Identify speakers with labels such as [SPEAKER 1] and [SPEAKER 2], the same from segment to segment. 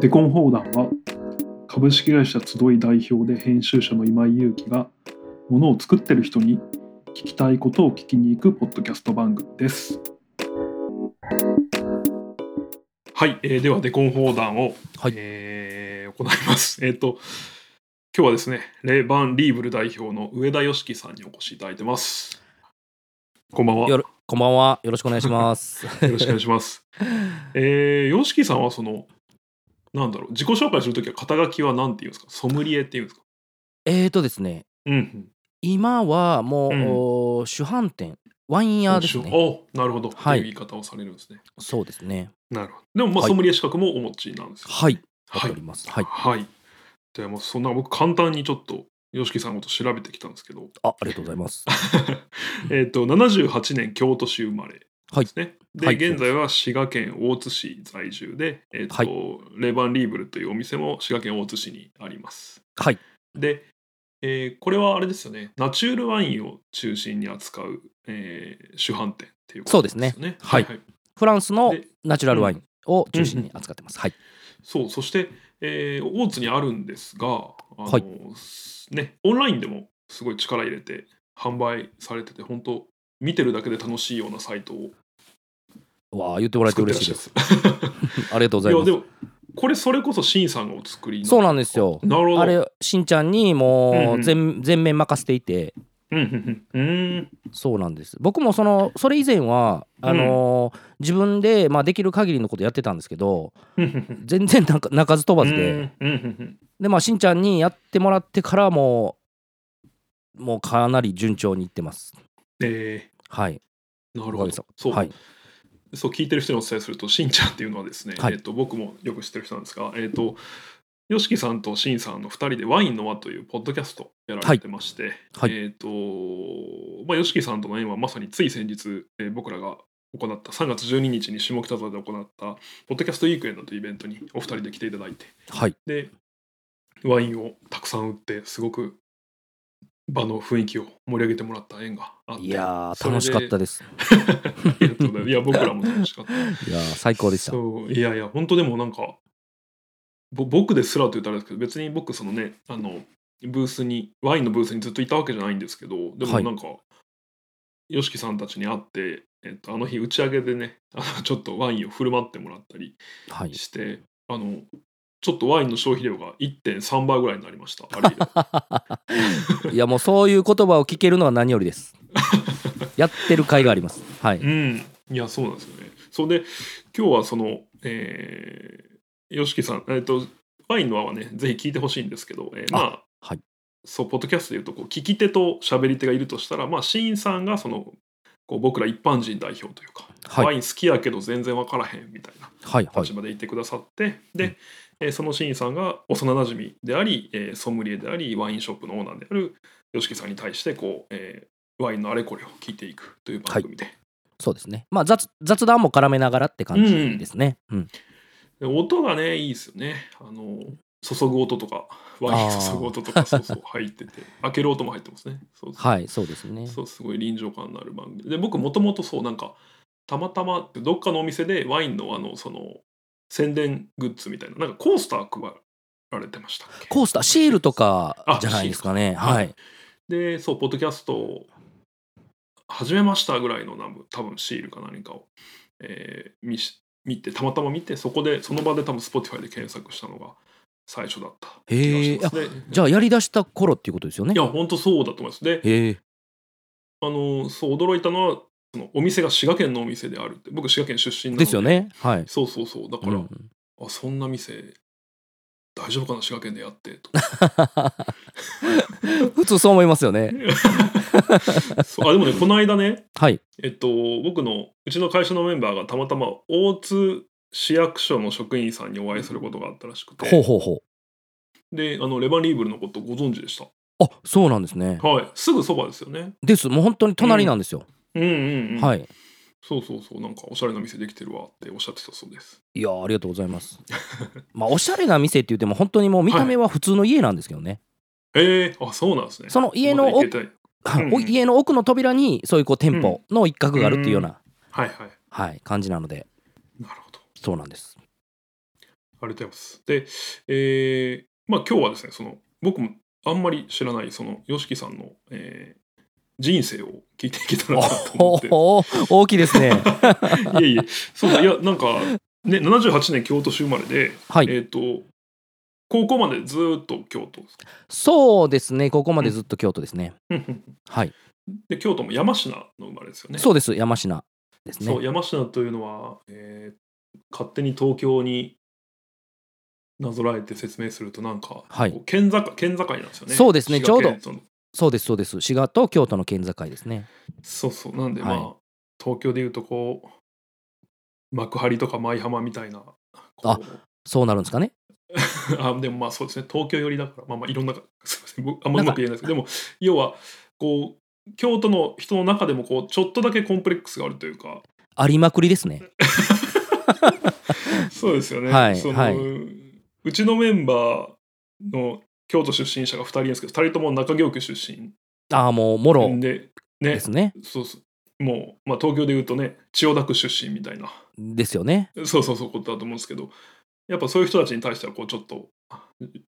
[SPEAKER 1] デコン砲弾は株式会社集い代表で編集者の今井裕樹がものを作ってる人に聞きたいことを聞きに行くポッドキャスト番組です。はい、えーではデコン砲弾を、
[SPEAKER 2] はい
[SPEAKER 1] えー行います。えっ、と今日はですねレイバン・リーブル代表の上田良樹さんにお越しいただいてます。こんばんは。よ
[SPEAKER 2] よろこんばんは。よろしくお願い します。
[SPEAKER 1] ろしくお願いします。えー、ヨシキさんはその、なんだろう、自己紹介するときは肩書きはなんて言うんですかソムリエっていうんですか
[SPEAKER 2] えーとですね、
[SPEAKER 1] うんうん。
[SPEAKER 2] 今はもう、
[SPEAKER 1] うん
[SPEAKER 2] お主販店、ワイン屋ですね。
[SPEAKER 1] おなるほど。
[SPEAKER 2] はい
[SPEAKER 1] という言い方をされるんですね。
[SPEAKER 2] そうですね。
[SPEAKER 1] なるほど。でも、まあ、
[SPEAKER 2] はい
[SPEAKER 1] ソムリエ資格もお持ちなんですよ
[SPEAKER 2] はい。わ
[SPEAKER 1] は
[SPEAKER 2] か
[SPEAKER 1] い
[SPEAKER 2] り。ます。はい。
[SPEAKER 1] はい。でもうそんな僕、簡単にちょっと、ヨシキさんのこと調べてきたんですけど、
[SPEAKER 2] あ、ありがとうございます。
[SPEAKER 1] えっと、78年京都市生まれですね。で、
[SPEAKER 2] はい
[SPEAKER 1] 現在は滋賀県大津市在住で、えっ、と、
[SPEAKER 2] はい
[SPEAKER 1] レバンリーブルというお店も滋賀県大津市にあります。
[SPEAKER 2] はい。
[SPEAKER 1] で、えーこれはあれですよね、ナチュールワインを中心に扱う、えー主販店っていうこと
[SPEAKER 2] そうですね
[SPEAKER 1] よね。
[SPEAKER 2] はい
[SPEAKER 1] はい、
[SPEAKER 2] フランスの
[SPEAKER 1] で
[SPEAKER 2] ナチュラルワインを中心に扱ってます。はい。
[SPEAKER 1] そう、そして、えー大津にあるんですが、あの
[SPEAKER 2] はい
[SPEAKER 1] ね、オンラインでもすごい力入れて販売されてて、本当見てるだけで楽しいようなサイトを
[SPEAKER 2] わあ、言ってもらえて
[SPEAKER 1] 作ってら
[SPEAKER 2] 嬉
[SPEAKER 1] っ
[SPEAKER 2] しい
[SPEAKER 1] しゃ
[SPEAKER 2] で
[SPEAKER 1] る
[SPEAKER 2] す。ありがとうござい
[SPEAKER 1] い
[SPEAKER 2] ま。
[SPEAKER 1] や、ですも、これ、それこそ、シンさんがお作りに
[SPEAKER 2] そうなんですよ。
[SPEAKER 1] なるほど。
[SPEAKER 2] あれ、しんちゃんにも
[SPEAKER 1] うんうん
[SPEAKER 2] う全,、全面任せていて、
[SPEAKER 1] うんうんうんうん
[SPEAKER 2] そうなんです。僕もその、それ以前は、あのー自分で、まあ、できる限りのことやってたんですけど、
[SPEAKER 1] うんうん
[SPEAKER 2] 全然なんか鳴かず飛ば
[SPEAKER 1] う
[SPEAKER 2] ず
[SPEAKER 1] ん
[SPEAKER 2] で。
[SPEAKER 1] うんうんうん
[SPEAKER 2] でまあしんちゃんにやってもらってからももうかなり順調にいってます
[SPEAKER 1] え
[SPEAKER 2] はい
[SPEAKER 1] ーなる
[SPEAKER 2] お
[SPEAKER 1] ほ
[SPEAKER 2] か
[SPEAKER 1] ど
[SPEAKER 2] げさ。
[SPEAKER 1] そう、
[SPEAKER 2] はい
[SPEAKER 1] そう聞いてる人にお伝えすると、しんちゃんっていうのはですね、
[SPEAKER 2] はい
[SPEAKER 1] えっと僕もよく知ってる人なんですが、えっと、よしきさんとしんさんの2人でワインの輪というポッドキャストやられてまして、
[SPEAKER 2] はい
[SPEAKER 1] えっと、まあ、よしきさんとの縁はまさについ先日、えー僕らが行った3月12日に下北沢で行った、ポッドキャストウィークエンドというイベントにお二人で来ていただいて、
[SPEAKER 2] はい
[SPEAKER 1] で、ワインをたくさん売って、すごく場の雰囲気を盛り上げてもらった縁があって、
[SPEAKER 2] いや
[SPEAKER 1] それ
[SPEAKER 2] ー
[SPEAKER 1] で
[SPEAKER 2] 楽しかったです
[SPEAKER 1] ありがとうございますいや、僕らも楽しかった。
[SPEAKER 2] いやー最高でした
[SPEAKER 1] そういやいや本当でもなんかぼ僕ですらと言ったらあれですけど別に僕そのねあのブースにワインのブースにずっといたわけじゃないんですけどでも
[SPEAKER 2] はい
[SPEAKER 1] なんか y o s さんたちに会って、えっと、あの日打ち上げでねあのちょっとワインを振る舞ってもらったり
[SPEAKER 2] はい
[SPEAKER 1] してあのちょっとワインの消費量が1.3倍ぐらいになりましたあれ以来
[SPEAKER 2] いやもうそういう言葉を聞けるのは何よりです やってる甲斐がありますは
[SPEAKER 1] う
[SPEAKER 2] い
[SPEAKER 1] んいやそうなんですよねそれで今日はそのえー、よしきさんえっ、とワインの輪はねぜひ聞いてほしいんですけど、えーまあ
[SPEAKER 2] はい
[SPEAKER 1] そう、ポッドキャストでいうとこう、聞き手と喋り手がいるとしたら、まあ、シーンさんがそのこう僕ら一般人代表というか、
[SPEAKER 2] はい
[SPEAKER 1] ワイン好きやけど全然分からへんみたいな
[SPEAKER 2] はいはい
[SPEAKER 1] 立場でいてくださって、
[SPEAKER 2] う
[SPEAKER 1] で
[SPEAKER 2] ん、
[SPEAKER 1] えーそのシーンさんが幼なじみであり、えーソムリエであり、ワインショップのオーナーである YOSHIKI さんに対してこう、えーワインのあれこれを聞いていくという番組で。
[SPEAKER 2] そうですねまあ雑雑談も絡めながらって感じですねうん
[SPEAKER 1] で音がね、いいですよね。あの注ぐ音とか、ワイン注ぐ音とか、そうそう入ってて、開ける音も入ってますね。そうそう
[SPEAKER 2] はいそうですね
[SPEAKER 1] そうすごい臨場感のある番組で僕もともとそうなんかたまたまどっかのお店でワインのあのその宣伝グッズみたいななんかコースター配られてましたっけ
[SPEAKER 2] コースターシールとか
[SPEAKER 1] あ
[SPEAKER 2] じゃないですか
[SPEAKER 1] シー
[SPEAKER 2] ね
[SPEAKER 1] ルか
[SPEAKER 2] はい
[SPEAKER 1] でそうポッドキャストを始めましたぐらいのなんか多分シールか何かを、えー見し見てたまたま見てそこでその場で多分 Spotify で検索したのが最初だった気がしますね
[SPEAKER 2] じゃあやりだした頃っていうことですよね
[SPEAKER 1] いや本当そうだと思いますで
[SPEAKER 2] へえ
[SPEAKER 1] あのそう驚いたのはそのお店が滋賀県のお店であるって僕滋賀県出身なので
[SPEAKER 2] ですよねはい
[SPEAKER 1] そうそうそうだから、
[SPEAKER 2] うんうん
[SPEAKER 1] あそんな店大丈夫かな滋賀県でやって と
[SPEAKER 2] 普通そう思いますよね。
[SPEAKER 1] そうあでもねこの間ね
[SPEAKER 2] はい。
[SPEAKER 1] えっと僕のうちの会社のメンバーがたまたま大津市役所の職員さんにお会いすることがあったらしく
[SPEAKER 2] ほう
[SPEAKER 1] て
[SPEAKER 2] ほうほ
[SPEAKER 1] であのレバンリーブルのことご存知でした
[SPEAKER 2] う。あそうなんですね。
[SPEAKER 1] はいすぐそばですよね
[SPEAKER 2] です。もう本当に隣なんですよ。
[SPEAKER 1] うんうん、うん、
[SPEAKER 2] はいい。
[SPEAKER 1] そうそうそうなんかおしゃれな店できてるわっておっしゃってたそうです
[SPEAKER 2] いやーありがとうございます。 まあおしゃれな店って言っても本当にもう見た目は普通の家なんですけどね。
[SPEAKER 1] えー、あそうなんですね
[SPEAKER 2] その家の
[SPEAKER 1] まだ行
[SPEAKER 2] 奥
[SPEAKER 1] け、たいうん
[SPEAKER 2] お家の奥の扉にそういうこう店舗の一角があるっていうような、
[SPEAKER 1] はいはい
[SPEAKER 2] はい感じなので
[SPEAKER 1] なるほど
[SPEAKER 2] そうなんです。
[SPEAKER 1] ありがとうございます。で、えーまあ今日はですね、その僕もあんまり知らないその YOSHIKI さんの、えー人生を聞いていけたらなと思って。
[SPEAKER 2] おお大きいで すね
[SPEAKER 1] いえいえ、そうだ、いや、なんか、ね、78年京都市生まれで、
[SPEAKER 2] はい
[SPEAKER 1] えっ、と、高校までずーっと京都ですか
[SPEAKER 2] そうですねここまでずっと京都ですね、はい
[SPEAKER 1] で、京都も山科の生まれですよね。
[SPEAKER 2] そうです山科です
[SPEAKER 1] そう
[SPEAKER 2] ね
[SPEAKER 1] 山科というのは、えー勝手に東京になぞらえて説明するとなんか、
[SPEAKER 2] はい
[SPEAKER 1] こう県境県境なんですよね。
[SPEAKER 2] そうですね
[SPEAKER 1] 滋賀県
[SPEAKER 2] ちそうですそうです滋賀と京都の県境ですね
[SPEAKER 1] そのそうそうなんで、
[SPEAKER 2] はい
[SPEAKER 1] まあ東京でいうとこう幕張とか舞浜みたいな。こう
[SPEAKER 2] あそうなるんですかね
[SPEAKER 1] あでもまあそうですね東京寄りだからまあ まあいろんなすいません僕あんまう
[SPEAKER 2] な
[SPEAKER 1] ん
[SPEAKER 2] か
[SPEAKER 1] まく言えないですけどでも要はこう京都の人の中でもこうちょっとだけコンプレックスがあるというか
[SPEAKER 2] ありまくりですね
[SPEAKER 1] そうですよね。
[SPEAKER 2] はい
[SPEAKER 1] その
[SPEAKER 2] はいう
[SPEAKER 1] ちのメンバーの京都出身者が2人いるんですけど、2人とも中京区出身
[SPEAKER 2] ああもうもろ
[SPEAKER 1] で、
[SPEAKER 2] で
[SPEAKER 1] ね、
[SPEAKER 2] すね
[SPEAKER 1] そうそうもう、まあ、東京でいうとね、千代田区出身みたいな、
[SPEAKER 2] ですよね
[SPEAKER 1] そうそうそうことだと思うんですけど、やっぱそういう人たちに対しては、こうちょっと、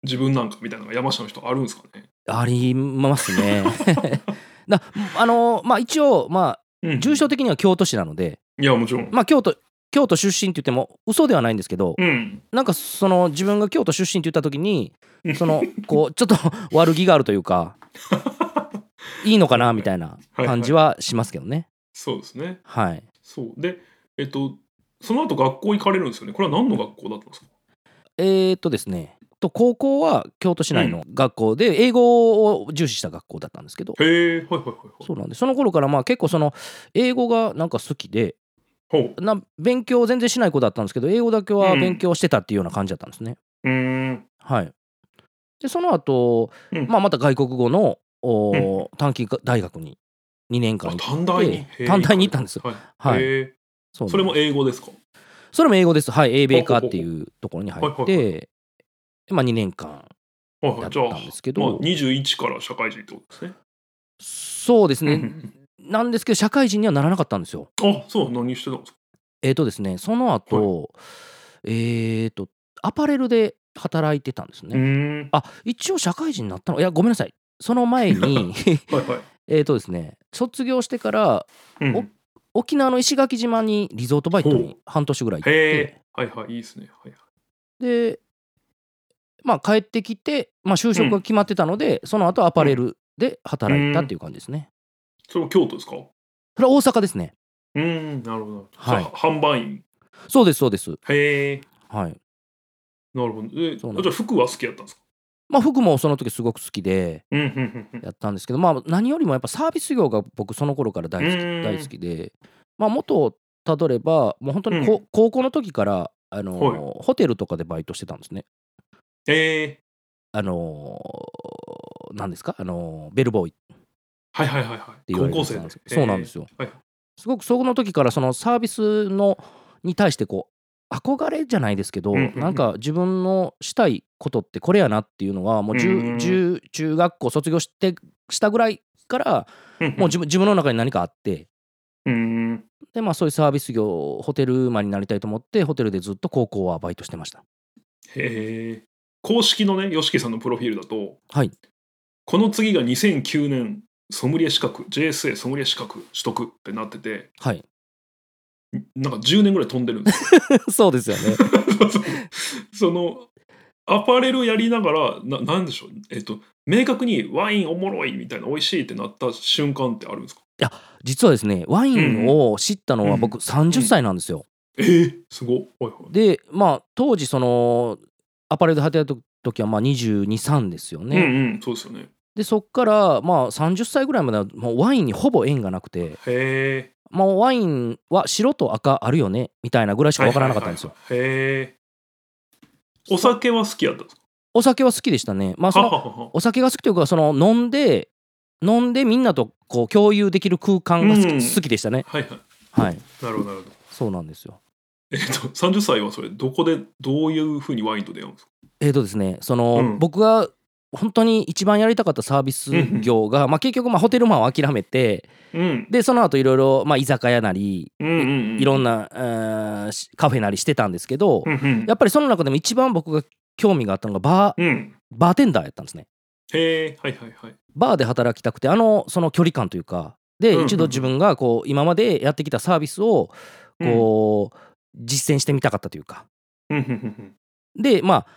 [SPEAKER 1] 自分なんかみたいなのが山下の人あるんですかね。
[SPEAKER 2] ありま すねだあのまあ一応ま
[SPEAKER 1] うん、
[SPEAKER 2] あ重症的には京都市なので
[SPEAKER 1] いや、もちろん。
[SPEAKER 2] まあ京都京都出身って言っても嘘ではないんですけど、
[SPEAKER 1] うん、
[SPEAKER 2] なんかその自分が京都出身って言った時に
[SPEAKER 1] うん
[SPEAKER 2] そのこうちょっと 悪気があるというかいいのかなみたいな
[SPEAKER 1] はい
[SPEAKER 2] 感じはしますけどね
[SPEAKER 1] そうですね。
[SPEAKER 2] はい
[SPEAKER 1] そうで、えっと、その後学校行かれるんですよね。これは何の学校だったんですか
[SPEAKER 2] えー、っとですねと高校は京都市内の学校で英語を重視した学校だったんですけど、
[SPEAKER 1] へえ、はいはいはいはい。
[SPEAKER 2] そうなんでその頃からまあ結構その英語がなんか好きで
[SPEAKER 1] ほう
[SPEAKER 2] な勉強全然しない子だったんですけど英語だけは
[SPEAKER 1] うん
[SPEAKER 2] 勉強してたっていうような感じだったんですね、
[SPEAKER 1] うーん。
[SPEAKER 2] はいでその後、
[SPEAKER 1] うん
[SPEAKER 2] まあまた外国語のおー短期大学に2年間
[SPEAKER 1] あ
[SPEAKER 2] 行って
[SPEAKER 1] 短大に
[SPEAKER 2] ええ短大に行ったんですよ。
[SPEAKER 1] はい。
[SPEAKER 2] はい
[SPEAKER 1] へえ
[SPEAKER 2] そうなんです
[SPEAKER 1] それも英語ですか。
[SPEAKER 2] それも英語ですはい英米科っていうところに入
[SPEAKER 1] ほうほ
[SPEAKER 2] っ
[SPEAKER 1] うほうはい
[SPEAKER 2] てまあ2年間
[SPEAKER 1] はいは
[SPEAKER 2] だ
[SPEAKER 1] い。
[SPEAKER 2] っ
[SPEAKER 1] じゃあ、
[SPEAKER 2] たんですけど
[SPEAKER 1] まあ、21から社会人ってことですね。
[SPEAKER 2] そうです
[SPEAKER 1] う
[SPEAKER 2] ね
[SPEAKER 1] ん
[SPEAKER 2] なんですけど社会人にはならなかったんですよ
[SPEAKER 1] あ、そう、何してたんですか。
[SPEAKER 2] えっ、とですねその後、えっ、とアパレルで働いてたんですね、
[SPEAKER 1] うーん。
[SPEAKER 2] あ一応社会人になったのいやごめんなさいその前 に
[SPEAKER 1] はいはい。
[SPEAKER 2] えっとですね卒業してから
[SPEAKER 1] うん
[SPEAKER 2] お沖縄の石垣島にリゾートバイト
[SPEAKER 1] ほう
[SPEAKER 2] に半年ぐらい行
[SPEAKER 1] へ
[SPEAKER 2] って
[SPEAKER 1] え。はいはい、いいですね。はいはい。
[SPEAKER 2] でまあ帰ってきて、まあ、就職が決まってたので、その後アパレルで働いたっていう感じですね、
[SPEAKER 1] それも京都ですか。う
[SPEAKER 2] それは大阪ですね
[SPEAKER 1] ーん、なるほど。
[SPEAKER 2] はい
[SPEAKER 1] さ販売員。
[SPEAKER 2] そうですそうです
[SPEAKER 1] へえ。
[SPEAKER 2] はい
[SPEAKER 1] なるほど。え、
[SPEAKER 2] そうなん
[SPEAKER 1] あじゃあ服は好きやったんですか。
[SPEAKER 2] まあ服もその時すごく好きで
[SPEAKER 1] うんうんうんうん。
[SPEAKER 2] やったんですけどまあ何よりもやっぱサービス業が僕その頃から大好き
[SPEAKER 1] うん
[SPEAKER 2] 大好きでまあ元をたどればもう本当にこ、
[SPEAKER 1] う
[SPEAKER 2] 高校の時からあのー
[SPEAKER 1] はい
[SPEAKER 2] ホテルとかでバイトしてたんですね
[SPEAKER 1] へえ。
[SPEAKER 2] あのー何ですかあのーベルボーイって
[SPEAKER 1] はいはいはいはい。
[SPEAKER 2] 言わ
[SPEAKER 1] 高
[SPEAKER 2] れる
[SPEAKER 1] 校
[SPEAKER 2] やつ
[SPEAKER 1] 生
[SPEAKER 2] なん
[SPEAKER 1] で。
[SPEAKER 2] ですけどそうな
[SPEAKER 1] は
[SPEAKER 2] んですすよ、
[SPEAKER 1] い
[SPEAKER 2] すごくその時からそのサービスのに対してこう憧れじゃないですけど、
[SPEAKER 1] うんうんうん
[SPEAKER 2] なんか自分のしたいことってこれやなっていうのはもう
[SPEAKER 1] うんうんう
[SPEAKER 2] 中
[SPEAKER 1] ん
[SPEAKER 2] 中中学校卒業してしたぐらいから
[SPEAKER 1] へー
[SPEAKER 2] もう自分自分の中に何かあって
[SPEAKER 1] うんうん。
[SPEAKER 2] でまあそういうサービス業ホテルマンになりたいと思ってホテルでずっと高校はバイトしてました
[SPEAKER 1] へえ。公式のね、吉木さんのプロフィールだと。
[SPEAKER 2] はい
[SPEAKER 1] この次が2009年ソムリエ資格 JSA ソムリエ資格取得ってなってて
[SPEAKER 2] はい
[SPEAKER 1] なんか10年ぐらい飛んでるんですよ
[SPEAKER 2] そうですよね
[SPEAKER 1] そのアパレルやりながらななんでしょうえっと明確にワインおもろいみたいな美味しいってなった瞬間ってあるんですか
[SPEAKER 2] 実はですねワインを知ったのは
[SPEAKER 1] う
[SPEAKER 2] 僕30歳なんですよ、
[SPEAKER 1] えー、すごいはいはい
[SPEAKER 2] でまあ当時そのアパレルで働いた時はまあ223ですよね、
[SPEAKER 1] うんうんそうですよね
[SPEAKER 2] でそっからまあ30歳ぐらいまではもうワインにほぼ縁がなくて
[SPEAKER 1] へえ
[SPEAKER 2] もうワインは白と赤あるよねみたいなぐらいしか分からなかったんですよ、
[SPEAKER 1] はいはいはいはいへえお酒は好きやったんですか
[SPEAKER 2] お酒は好きでしたねまあそ
[SPEAKER 1] は
[SPEAKER 2] の
[SPEAKER 1] ははは
[SPEAKER 2] お酒が好きというかその飲んで飲んでみんなとこう共有できる空間が好き,、
[SPEAKER 1] うん
[SPEAKER 2] 好きでしたね
[SPEAKER 1] はいはい
[SPEAKER 2] はい
[SPEAKER 1] なるほどなるほど
[SPEAKER 2] そうなんですよ
[SPEAKER 1] えっと30歳はそれどこでどういうふうにワインと出会うんですか
[SPEAKER 2] えーとですねその、
[SPEAKER 1] うん
[SPEAKER 2] 僕が本当に一番やりたかったサービス業が、まあ、結局まあホテルマンを諦めて
[SPEAKER 1] うん
[SPEAKER 2] でその後いろいろまあ居酒屋なり
[SPEAKER 1] うんうんうん
[SPEAKER 2] いろんな、えーしカフェなりしてたんですけど、
[SPEAKER 1] うんうん
[SPEAKER 2] やっぱりその中でも一番僕が興味があったのがバー
[SPEAKER 1] うん
[SPEAKER 2] バーテンダーやったんですね。
[SPEAKER 1] へえはいはいはい
[SPEAKER 2] バーで働きたくてあのその距離感というか
[SPEAKER 1] うんうん
[SPEAKER 2] で
[SPEAKER 1] うん
[SPEAKER 2] 一度自分がこう今までやってきたサービスをこう実践してみたかったというか
[SPEAKER 1] うんうんうん
[SPEAKER 2] でまあ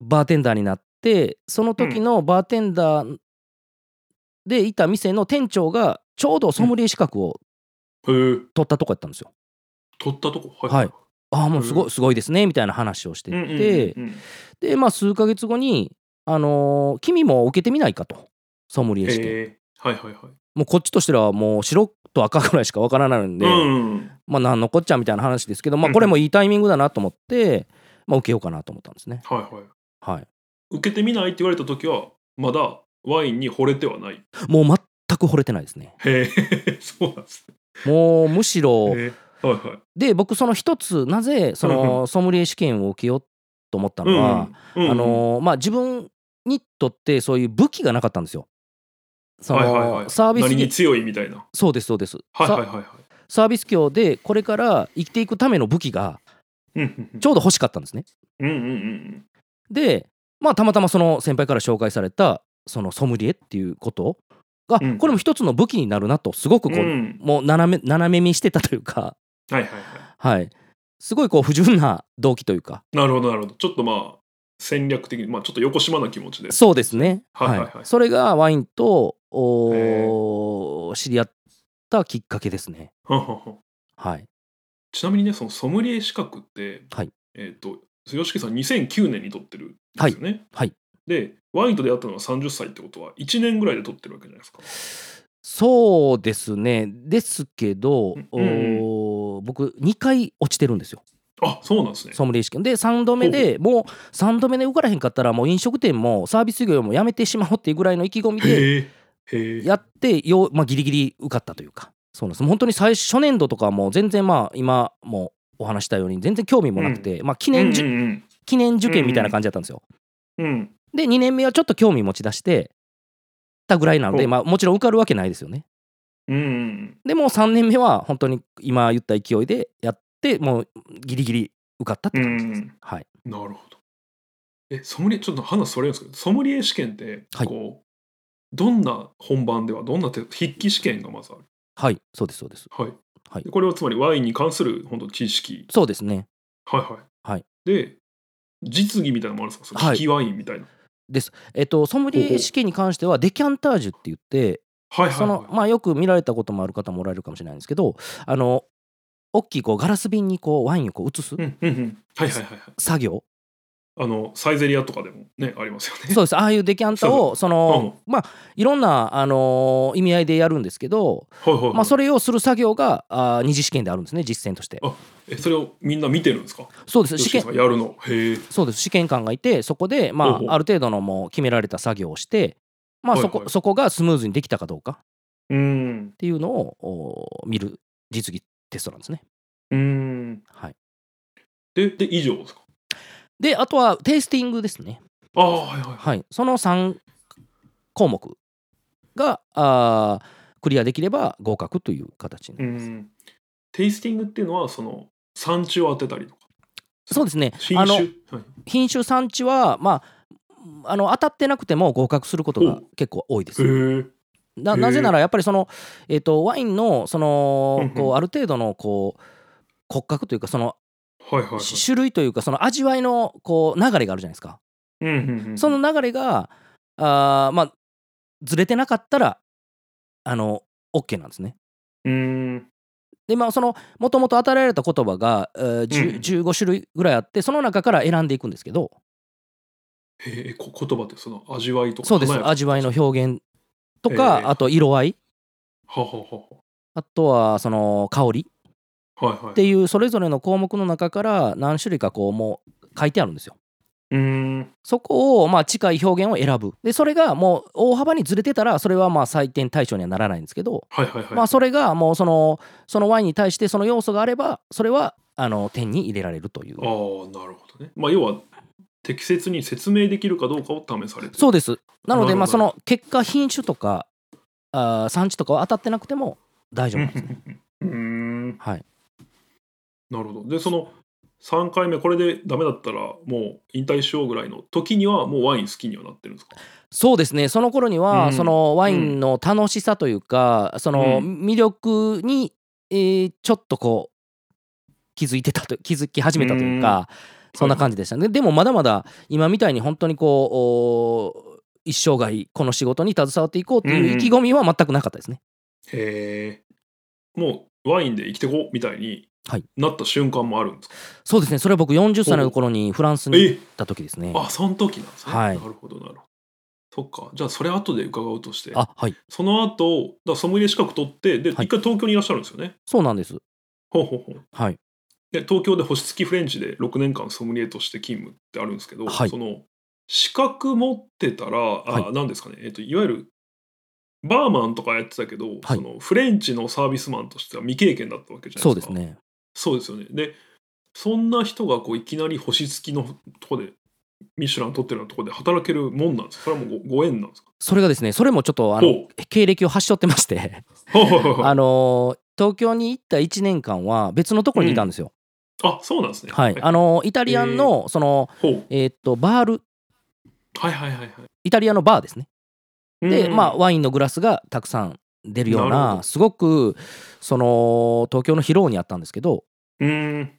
[SPEAKER 2] バーテンダーになってその時のバーテンダーでいた店の店長がちょうどソムリエ資格を
[SPEAKER 1] うんへえ
[SPEAKER 2] 取ったとこやったんですよ。
[SPEAKER 1] 取ったとこ
[SPEAKER 2] はいああもうすご
[SPEAKER 1] う
[SPEAKER 2] いすごいですねみたいな話をして
[SPEAKER 1] うんうんうん
[SPEAKER 2] て
[SPEAKER 1] うん
[SPEAKER 2] でまあ数ヶ月後に「あのー君も受けてみないか」とソムリエ試験。
[SPEAKER 1] へえはいはいはい
[SPEAKER 2] もうこっちとしてはもう白と赤ぐらいしかわからないんで、
[SPEAKER 1] うん
[SPEAKER 2] まあ何のこっちゃみたいな話ですけど、ま
[SPEAKER 1] う
[SPEAKER 2] あ、
[SPEAKER 1] ん
[SPEAKER 2] これもいいタイミングだなと思って、まあ、受けようかなと思ったんですね。
[SPEAKER 1] はいはい
[SPEAKER 2] はい、
[SPEAKER 1] 受けてみないって言われた時はまだワインに惚れてはない
[SPEAKER 2] もう全く惚れてないですね。
[SPEAKER 1] へえ そうなんですね
[SPEAKER 2] もうむしろ
[SPEAKER 1] へえはいはい
[SPEAKER 2] で僕その一つなぜそ
[SPEAKER 1] うんう
[SPEAKER 2] のソムリエ試験を受けようと思ったのは、
[SPEAKER 1] うんうん
[SPEAKER 2] あのーまあ、自分にとってそういう武器がなかったんですよ。その
[SPEAKER 1] はいはいはい
[SPEAKER 2] サービス
[SPEAKER 1] 何に
[SPEAKER 2] 業
[SPEAKER 1] 強いみたいな
[SPEAKER 2] そうですそうです、
[SPEAKER 1] はいはい
[SPEAKER 2] さ
[SPEAKER 1] はいはい
[SPEAKER 2] サービス業でこれから生きていくための武器が
[SPEAKER 1] うん
[SPEAKER 2] ちょうど欲しかったんですね。
[SPEAKER 1] うんうんうん
[SPEAKER 2] で、まあ、たまたまその先輩から紹介されたそのソムリエっていうことが、
[SPEAKER 1] うん
[SPEAKER 2] これも一つの武器になるなとすごく
[SPEAKER 1] うん
[SPEAKER 2] こ
[SPEAKER 1] う
[SPEAKER 2] う、
[SPEAKER 1] ん
[SPEAKER 2] もう斜め斜め見してたというか、
[SPEAKER 1] はいはいはい
[SPEAKER 2] はい、すごいこう不純な動機というか
[SPEAKER 1] なるほどなるほどちょっとまあ戦略的にまあちょっと横島な気持ちで
[SPEAKER 2] そうですね、
[SPEAKER 1] はいはいはい
[SPEAKER 2] それがワインとおー
[SPEAKER 1] へ
[SPEAKER 2] 知り合ったきっかけですね。
[SPEAKER 1] はんはんはん
[SPEAKER 2] はい、
[SPEAKER 1] ちなみにねそのソムリエ資格って、
[SPEAKER 2] はい
[SPEAKER 1] えっ、と吉木さん2009年に取ってるんですよね
[SPEAKER 2] はいはい
[SPEAKER 1] でワインと出会ったのが30歳ってことは1年ぐらいで取ってるわけじゃないですか
[SPEAKER 2] そうですねですけど、
[SPEAKER 1] うん
[SPEAKER 2] おー僕2回落ちてるんですよ。
[SPEAKER 1] あそうなんですね
[SPEAKER 2] ソムリエ試験で3度目でもう3度目で受からへんかったらもう飲食店もサービス業もやめてしまおうっていうぐらいの意気込みで
[SPEAKER 1] へえへえ
[SPEAKER 2] やってよう、まあ、ギリギリ受かったというかそうなんです本当に最初年度とかはもう全然まあ今もお話したように全然興味もなくて、まあ、記念じゅ、
[SPEAKER 1] うんうん
[SPEAKER 2] 記念受験みたいな感じだったんですよ。
[SPEAKER 1] うん、うん
[SPEAKER 2] で2年目はちょっと興味持ち出してたぐらいなの
[SPEAKER 1] お
[SPEAKER 2] で、まあ、もちろん受かるわけないですよね。
[SPEAKER 1] うんうん
[SPEAKER 2] でもう3年目は本当に今言った勢いでやってもうギリギリ受かったって感じです。
[SPEAKER 1] うんうん
[SPEAKER 2] はい、
[SPEAKER 1] なるほど。え、ソムリエ、ちょっと話それるんですけど、ソムリエ試験って、
[SPEAKER 2] はい
[SPEAKER 1] こう、どんな本番では、どんな手筆記試験がまずある。
[SPEAKER 2] はい、そうですそうです。
[SPEAKER 1] はい。
[SPEAKER 2] はい
[SPEAKER 1] でこれはつまりワインに関する本当知識。
[SPEAKER 2] そうですね。
[SPEAKER 1] はいはい。
[SPEAKER 2] はい、
[SPEAKER 1] で、実技みたいなのもあるんですか、その
[SPEAKER 2] はい
[SPEAKER 1] 聞きワインみたいな。
[SPEAKER 2] えっと、ソムリエ試験に関してはデキャンタージュって言って
[SPEAKER 1] はい、はい、はい。
[SPEAKER 2] その、まあ、よく見られたこともある方もおられるかもしれないんですけどあの大きいこうガラス瓶にこうワインをこう移す
[SPEAKER 1] うんうんうん、はいはいはいはい
[SPEAKER 2] 作業、
[SPEAKER 1] あのサイゼリアとかでもねありますよね
[SPEAKER 2] そうですああいうデキャンタをその、まあ、いろんな、あのー意味合いでやるんですけど、
[SPEAKER 1] はいはいはい、
[SPEAKER 2] まあ、そ
[SPEAKER 1] れ
[SPEAKER 2] れをする作業があー二次試験であるんですね実践として
[SPEAKER 1] あえそれをみんな見てるんですか
[SPEAKER 2] そうです
[SPEAKER 1] 吉
[SPEAKER 2] 試
[SPEAKER 1] 木
[SPEAKER 2] 験
[SPEAKER 1] さんやるのへえ
[SPEAKER 2] そうです試験官がいてそこで、まあ、あ
[SPEAKER 1] ほうほう
[SPEAKER 2] る程度のもう決められた作業をして、まあそこ
[SPEAKER 1] はいはい
[SPEAKER 2] そこがスムーズにできたかどうか
[SPEAKER 1] うん
[SPEAKER 2] っていうのをお見る実技テストなんですね。
[SPEAKER 1] うん
[SPEAKER 2] はい、
[SPEAKER 1] でで以上ですか
[SPEAKER 2] であとはテイスティングですね。
[SPEAKER 1] ああはいはい
[SPEAKER 2] はい、その3項目があークリアできれば合格という形に
[SPEAKER 1] う
[SPEAKER 2] なります。
[SPEAKER 1] ん、テイスティングっていうのはその産地を当てたりとか
[SPEAKER 2] そうですね
[SPEAKER 1] 品
[SPEAKER 2] あの
[SPEAKER 1] 種はい、
[SPEAKER 2] 品種産地は、まあ、あの当たってなくても合格することが結構多いです。
[SPEAKER 1] へ
[SPEAKER 2] な
[SPEAKER 1] へえ
[SPEAKER 2] なぜならやっぱりその、えー、とワインのそ
[SPEAKER 1] うん
[SPEAKER 2] の
[SPEAKER 1] うん
[SPEAKER 2] こうある程度のこう骨格というかその
[SPEAKER 1] えはいはいはい
[SPEAKER 2] 種類というかその味わいのこう流れがあるじゃないですか。
[SPEAKER 1] うんうんうん
[SPEAKER 2] その流れが、あーまあ、ずれてなかったら、あの、OK なんですね。
[SPEAKER 1] うん
[SPEAKER 2] で、まあ、その、もともと与えられた言葉が、えー
[SPEAKER 1] うん
[SPEAKER 2] 10 15種類ぐらいあって、その中から選んでいくんですけど、
[SPEAKER 1] へえこ言葉ってその味わいとか
[SPEAKER 2] そうです
[SPEAKER 1] 華、やか
[SPEAKER 2] 味わいの表現と
[SPEAKER 1] え
[SPEAKER 2] か、
[SPEAKER 1] ー
[SPEAKER 2] あと色合い、
[SPEAKER 1] ははは
[SPEAKER 2] あとはその香り
[SPEAKER 1] ははいは
[SPEAKER 2] っ
[SPEAKER 1] い
[SPEAKER 2] ていう、それぞれの項目の中から何種類かこう、もう書いてあるんですよ。
[SPEAKER 1] うん
[SPEAKER 2] そこをまあ近い表現を選ぶ。で、それがもう大幅にずれてたら、それはまあ採点対象にはならないんですけど、
[SPEAKER 1] はいはいはい、
[SPEAKER 2] まあ、それがもうそのそのワインに対してその要素があればそれはあの点に入れられるという
[SPEAKER 1] ああなるほどねまあ要は適切に説明できるかどうかを試されてる
[SPEAKER 2] そうですなの
[SPEAKER 1] なるほ
[SPEAKER 2] でま
[SPEAKER 1] ど
[SPEAKER 2] あその結果品種とかあー産地とかは当たってなくても大丈夫なんです、
[SPEAKER 1] うーん
[SPEAKER 2] はい
[SPEAKER 1] なるほどでその3回目これでダメだったらもう引退しようぐらいの時にはもうワイン好きにはなってるんですか
[SPEAKER 2] そうですねその頃には、
[SPEAKER 1] うん
[SPEAKER 2] そのワインの楽しさというかその
[SPEAKER 1] う
[SPEAKER 2] 魅力に、えーちょっとこう気づいてたと気づき始めたというか、そんな感じでしたね、でもまだまだ今みたいに本当にこうおー一生涯この仕事に携わっていこうっていう意気込みは全くなかったですね、
[SPEAKER 1] へえもうワインで生きてこうみたいに
[SPEAKER 2] はい
[SPEAKER 1] なった瞬間もあるんですか、
[SPEAKER 2] そうですねそれは僕40歳の頃にフランスに行
[SPEAKER 1] え
[SPEAKER 2] った時ですね
[SPEAKER 1] あその時なんですね、
[SPEAKER 2] はい
[SPEAKER 1] なるほどなるほどそっかじゃあそれ後で伺うとして
[SPEAKER 2] あはい
[SPEAKER 1] その後だからソムリエ資格取ってで一、
[SPEAKER 2] はい
[SPEAKER 1] 回東京にいらっしゃるんですよね
[SPEAKER 2] そうなんです
[SPEAKER 1] ほうほうほう
[SPEAKER 2] はい
[SPEAKER 1] で東京で星付きフレンチで6年間ソムリエとして勤務ってあるんですけど、
[SPEAKER 2] はい
[SPEAKER 1] その資格持ってたら、
[SPEAKER 2] は
[SPEAKER 1] あなんですかね、えっと、いわゆるバーマンとかやってたけど、
[SPEAKER 2] はい
[SPEAKER 1] そのフレンチのサービスマンとしては未経験だったわけじゃな
[SPEAKER 2] そ
[SPEAKER 1] いうで
[SPEAKER 2] です
[SPEAKER 1] か
[SPEAKER 2] すね
[SPEAKER 1] そうですよねでそんな人がこういきなり星付きのとこでミシュラン取ってるようなとこで働けるもんなんですかそれはもうごご縁なんですか
[SPEAKER 2] それがですねそれもちょっとあの
[SPEAKER 1] ほ
[SPEAKER 2] 経歴を発症ってまして
[SPEAKER 1] うほう ほうほう
[SPEAKER 2] あのー東京に行った1年間は別のところにいたんですよ、
[SPEAKER 1] あそうなんですね
[SPEAKER 2] はいあのーイタリアンのその
[SPEAKER 1] ほう
[SPEAKER 2] えーっとバール
[SPEAKER 1] はいはいはいはい
[SPEAKER 2] イタリアのバーですねで
[SPEAKER 1] うん
[SPEAKER 2] まあワインのグラスがたくさん出るよ
[SPEAKER 1] な
[SPEAKER 2] う
[SPEAKER 1] るほど
[SPEAKER 2] なすごくその東京の広尾にあったんですけど
[SPEAKER 1] うん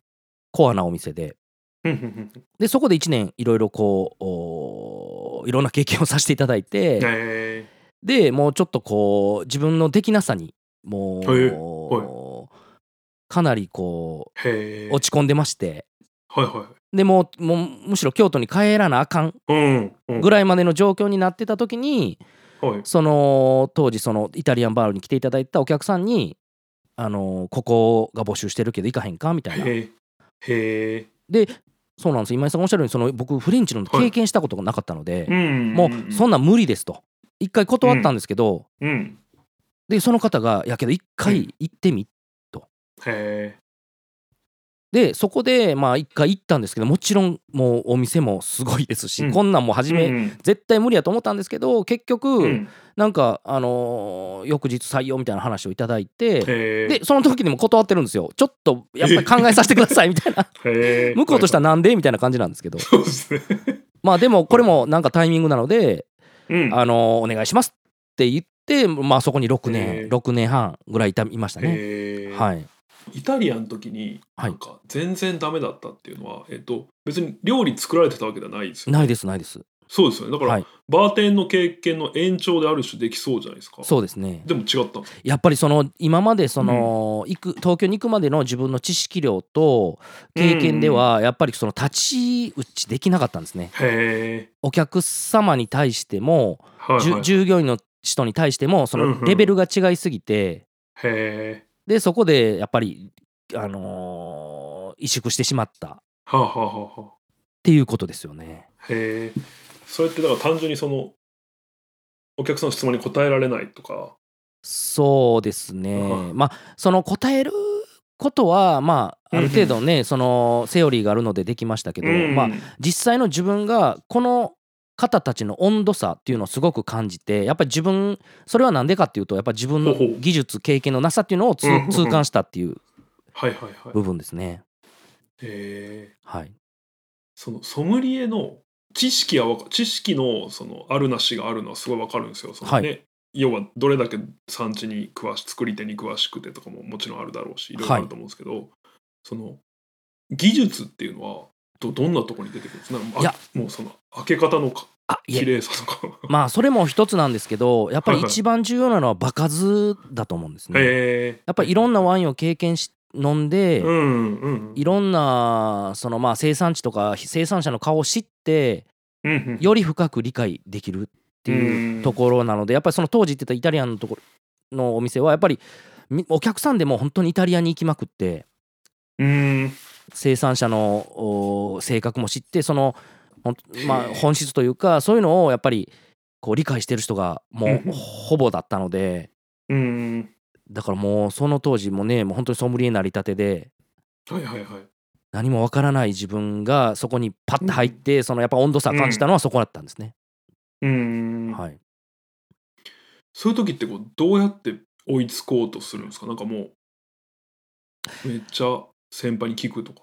[SPEAKER 2] コアなお店で
[SPEAKER 1] ふんふんふんふん
[SPEAKER 2] でそこで1年いろいろこうおーいろんな経験をさせていただいて、
[SPEAKER 1] え
[SPEAKER 2] でもうちょっとこう自分のできなさにもう、
[SPEAKER 1] へえは
[SPEAKER 2] かなりこ
[SPEAKER 1] ー、へえ
[SPEAKER 2] う落ち込んでまして
[SPEAKER 1] はいはい
[SPEAKER 2] でもうもうむしろ京都に帰らなあかん
[SPEAKER 1] うんうん
[SPEAKER 2] ぐらいまでの状況になってた時に
[SPEAKER 1] はい、
[SPEAKER 2] その当時そのイタリアンバールに来ていただいたお客さんに「あのここが募集してるけど行かへんか?」みたいな。
[SPEAKER 1] へえへえ
[SPEAKER 2] でそうなんです今井さんがおっしゃるようにその僕フレンチの経験したことがなかったので、
[SPEAKER 1] ん
[SPEAKER 2] もうそんなん無理ですと一回断ったんですけど、
[SPEAKER 1] うん
[SPEAKER 2] でその方が「やけど一回行ってみ」
[SPEAKER 1] へ
[SPEAKER 2] でそこでまあ一回行ったんですけどもちろんもうお店もすごいですし、
[SPEAKER 1] うん
[SPEAKER 2] こんなんもう
[SPEAKER 1] え
[SPEAKER 2] 初め、
[SPEAKER 1] うん
[SPEAKER 2] 絶対無理やと思ったんですけど結局、
[SPEAKER 1] うん、
[SPEAKER 2] なんかあのー翌日採用みたいな話をいただいて。
[SPEAKER 1] へえ
[SPEAKER 2] でその時にも断ってるんですよちょっとやっぱり考えさせてくださいみたいな
[SPEAKER 1] へ え
[SPEAKER 2] 向こうとしてはなんでみたいな感じなんですけど
[SPEAKER 1] そうですね
[SPEAKER 2] まあでもこれもなんかタイミングなので
[SPEAKER 1] うん
[SPEAKER 2] あのーお願いしますって言ってまあそこに6
[SPEAKER 1] へえ
[SPEAKER 2] 年6年半ぐらいいたいましたね
[SPEAKER 1] へえ
[SPEAKER 2] はい
[SPEAKER 1] イタリアの時に
[SPEAKER 2] は
[SPEAKER 1] ないんか全然ダメだったっていうのは、えっと別に料理作られてたわけではないですよね
[SPEAKER 2] ないですないです
[SPEAKER 1] そうですよねだから、
[SPEAKER 2] はい
[SPEAKER 1] バーテンの経験の延長である種できそうじゃないですか
[SPEAKER 2] そうですね
[SPEAKER 1] でも違ったんですか
[SPEAKER 2] やっぱりその今までその行く東京に行くまでの自分の知識量と経験ではやっぱりその立ち打ちできなかったんですね。
[SPEAKER 1] へえ
[SPEAKER 2] お客様に対しても
[SPEAKER 1] はい
[SPEAKER 2] じゅ
[SPEAKER 1] はい
[SPEAKER 2] 従業員の人に対してもそ
[SPEAKER 1] うんうん
[SPEAKER 2] のレベルが違いすぎて
[SPEAKER 1] へえ
[SPEAKER 2] でそこでやっぱりあのー萎縮してしまったっ
[SPEAKER 1] はあはあはあはあ
[SPEAKER 2] ていうことですよね。
[SPEAKER 1] へえそれってだから単純にそのお客さんの質問に答えられないとか
[SPEAKER 2] そうです
[SPEAKER 1] は
[SPEAKER 2] ね
[SPEAKER 1] い。
[SPEAKER 2] まあその答えることはまあある程度ねそのセオリーがあるのでできましたけどまあ実際の自分がこの方たちの温度差っていうのをすごく感じてやっぱり自分それは何でかっていうとやっぱり自分の
[SPEAKER 1] ほうほう
[SPEAKER 2] 技術経験のなさっていうのをつ
[SPEAKER 1] うん
[SPEAKER 2] 痛感したっていう
[SPEAKER 1] はいはいはい、
[SPEAKER 2] 部分ですね。
[SPEAKER 1] へえ
[SPEAKER 2] はい、
[SPEAKER 1] そのソムリエの知識はわか知識のそのあるなしがあるのはすごいわかるんですよその、ね要はどれだけ産地に詳し作り手に詳しくてとかももちろんあるだろうしいろいろあると思うんですけど、その技術っていうのはどどんなところに出てくるんですかなんかあ
[SPEAKER 2] いや
[SPEAKER 1] もうその開け方のか
[SPEAKER 2] あい
[SPEAKER 1] 綺
[SPEAKER 2] え
[SPEAKER 1] 麗さとか
[SPEAKER 2] まあそれも一つなんですけどやっぱり
[SPEAKER 1] はいはい
[SPEAKER 2] 一番重要なのは場数だと思うんですね。
[SPEAKER 1] へえ
[SPEAKER 2] やっぱりいろんなワインを経験し飲んで
[SPEAKER 1] うんうん
[SPEAKER 2] いろんなそのまあ生産地とか生産者の顔を知って
[SPEAKER 1] うんうん
[SPEAKER 2] より深く理解できるっていううんところなのでやっぱりその当時行ってたイタリアンのところのお店はやっぱりみお客さんでも本当にイタリアに行きまくって
[SPEAKER 1] うん
[SPEAKER 2] 生産者のお性格も知ってそのほんまあ
[SPEAKER 1] へえ
[SPEAKER 2] 本質というかそういうのをやっぱりこう理解してる人がも
[SPEAKER 1] うん
[SPEAKER 2] うほぼだったので
[SPEAKER 1] うん
[SPEAKER 2] だからもうその当時もねもう本当にソムリエなりたてで
[SPEAKER 1] はいはいはい。
[SPEAKER 2] 何もわからない自分がそこにパッと入って、そのやっぱ温度差感じたのはそこだったんですね。
[SPEAKER 1] うん
[SPEAKER 2] はい、
[SPEAKER 1] そういう時ってこうどうやって追いつこうとするんですかなんかもうめっちゃ先輩に聞くとか。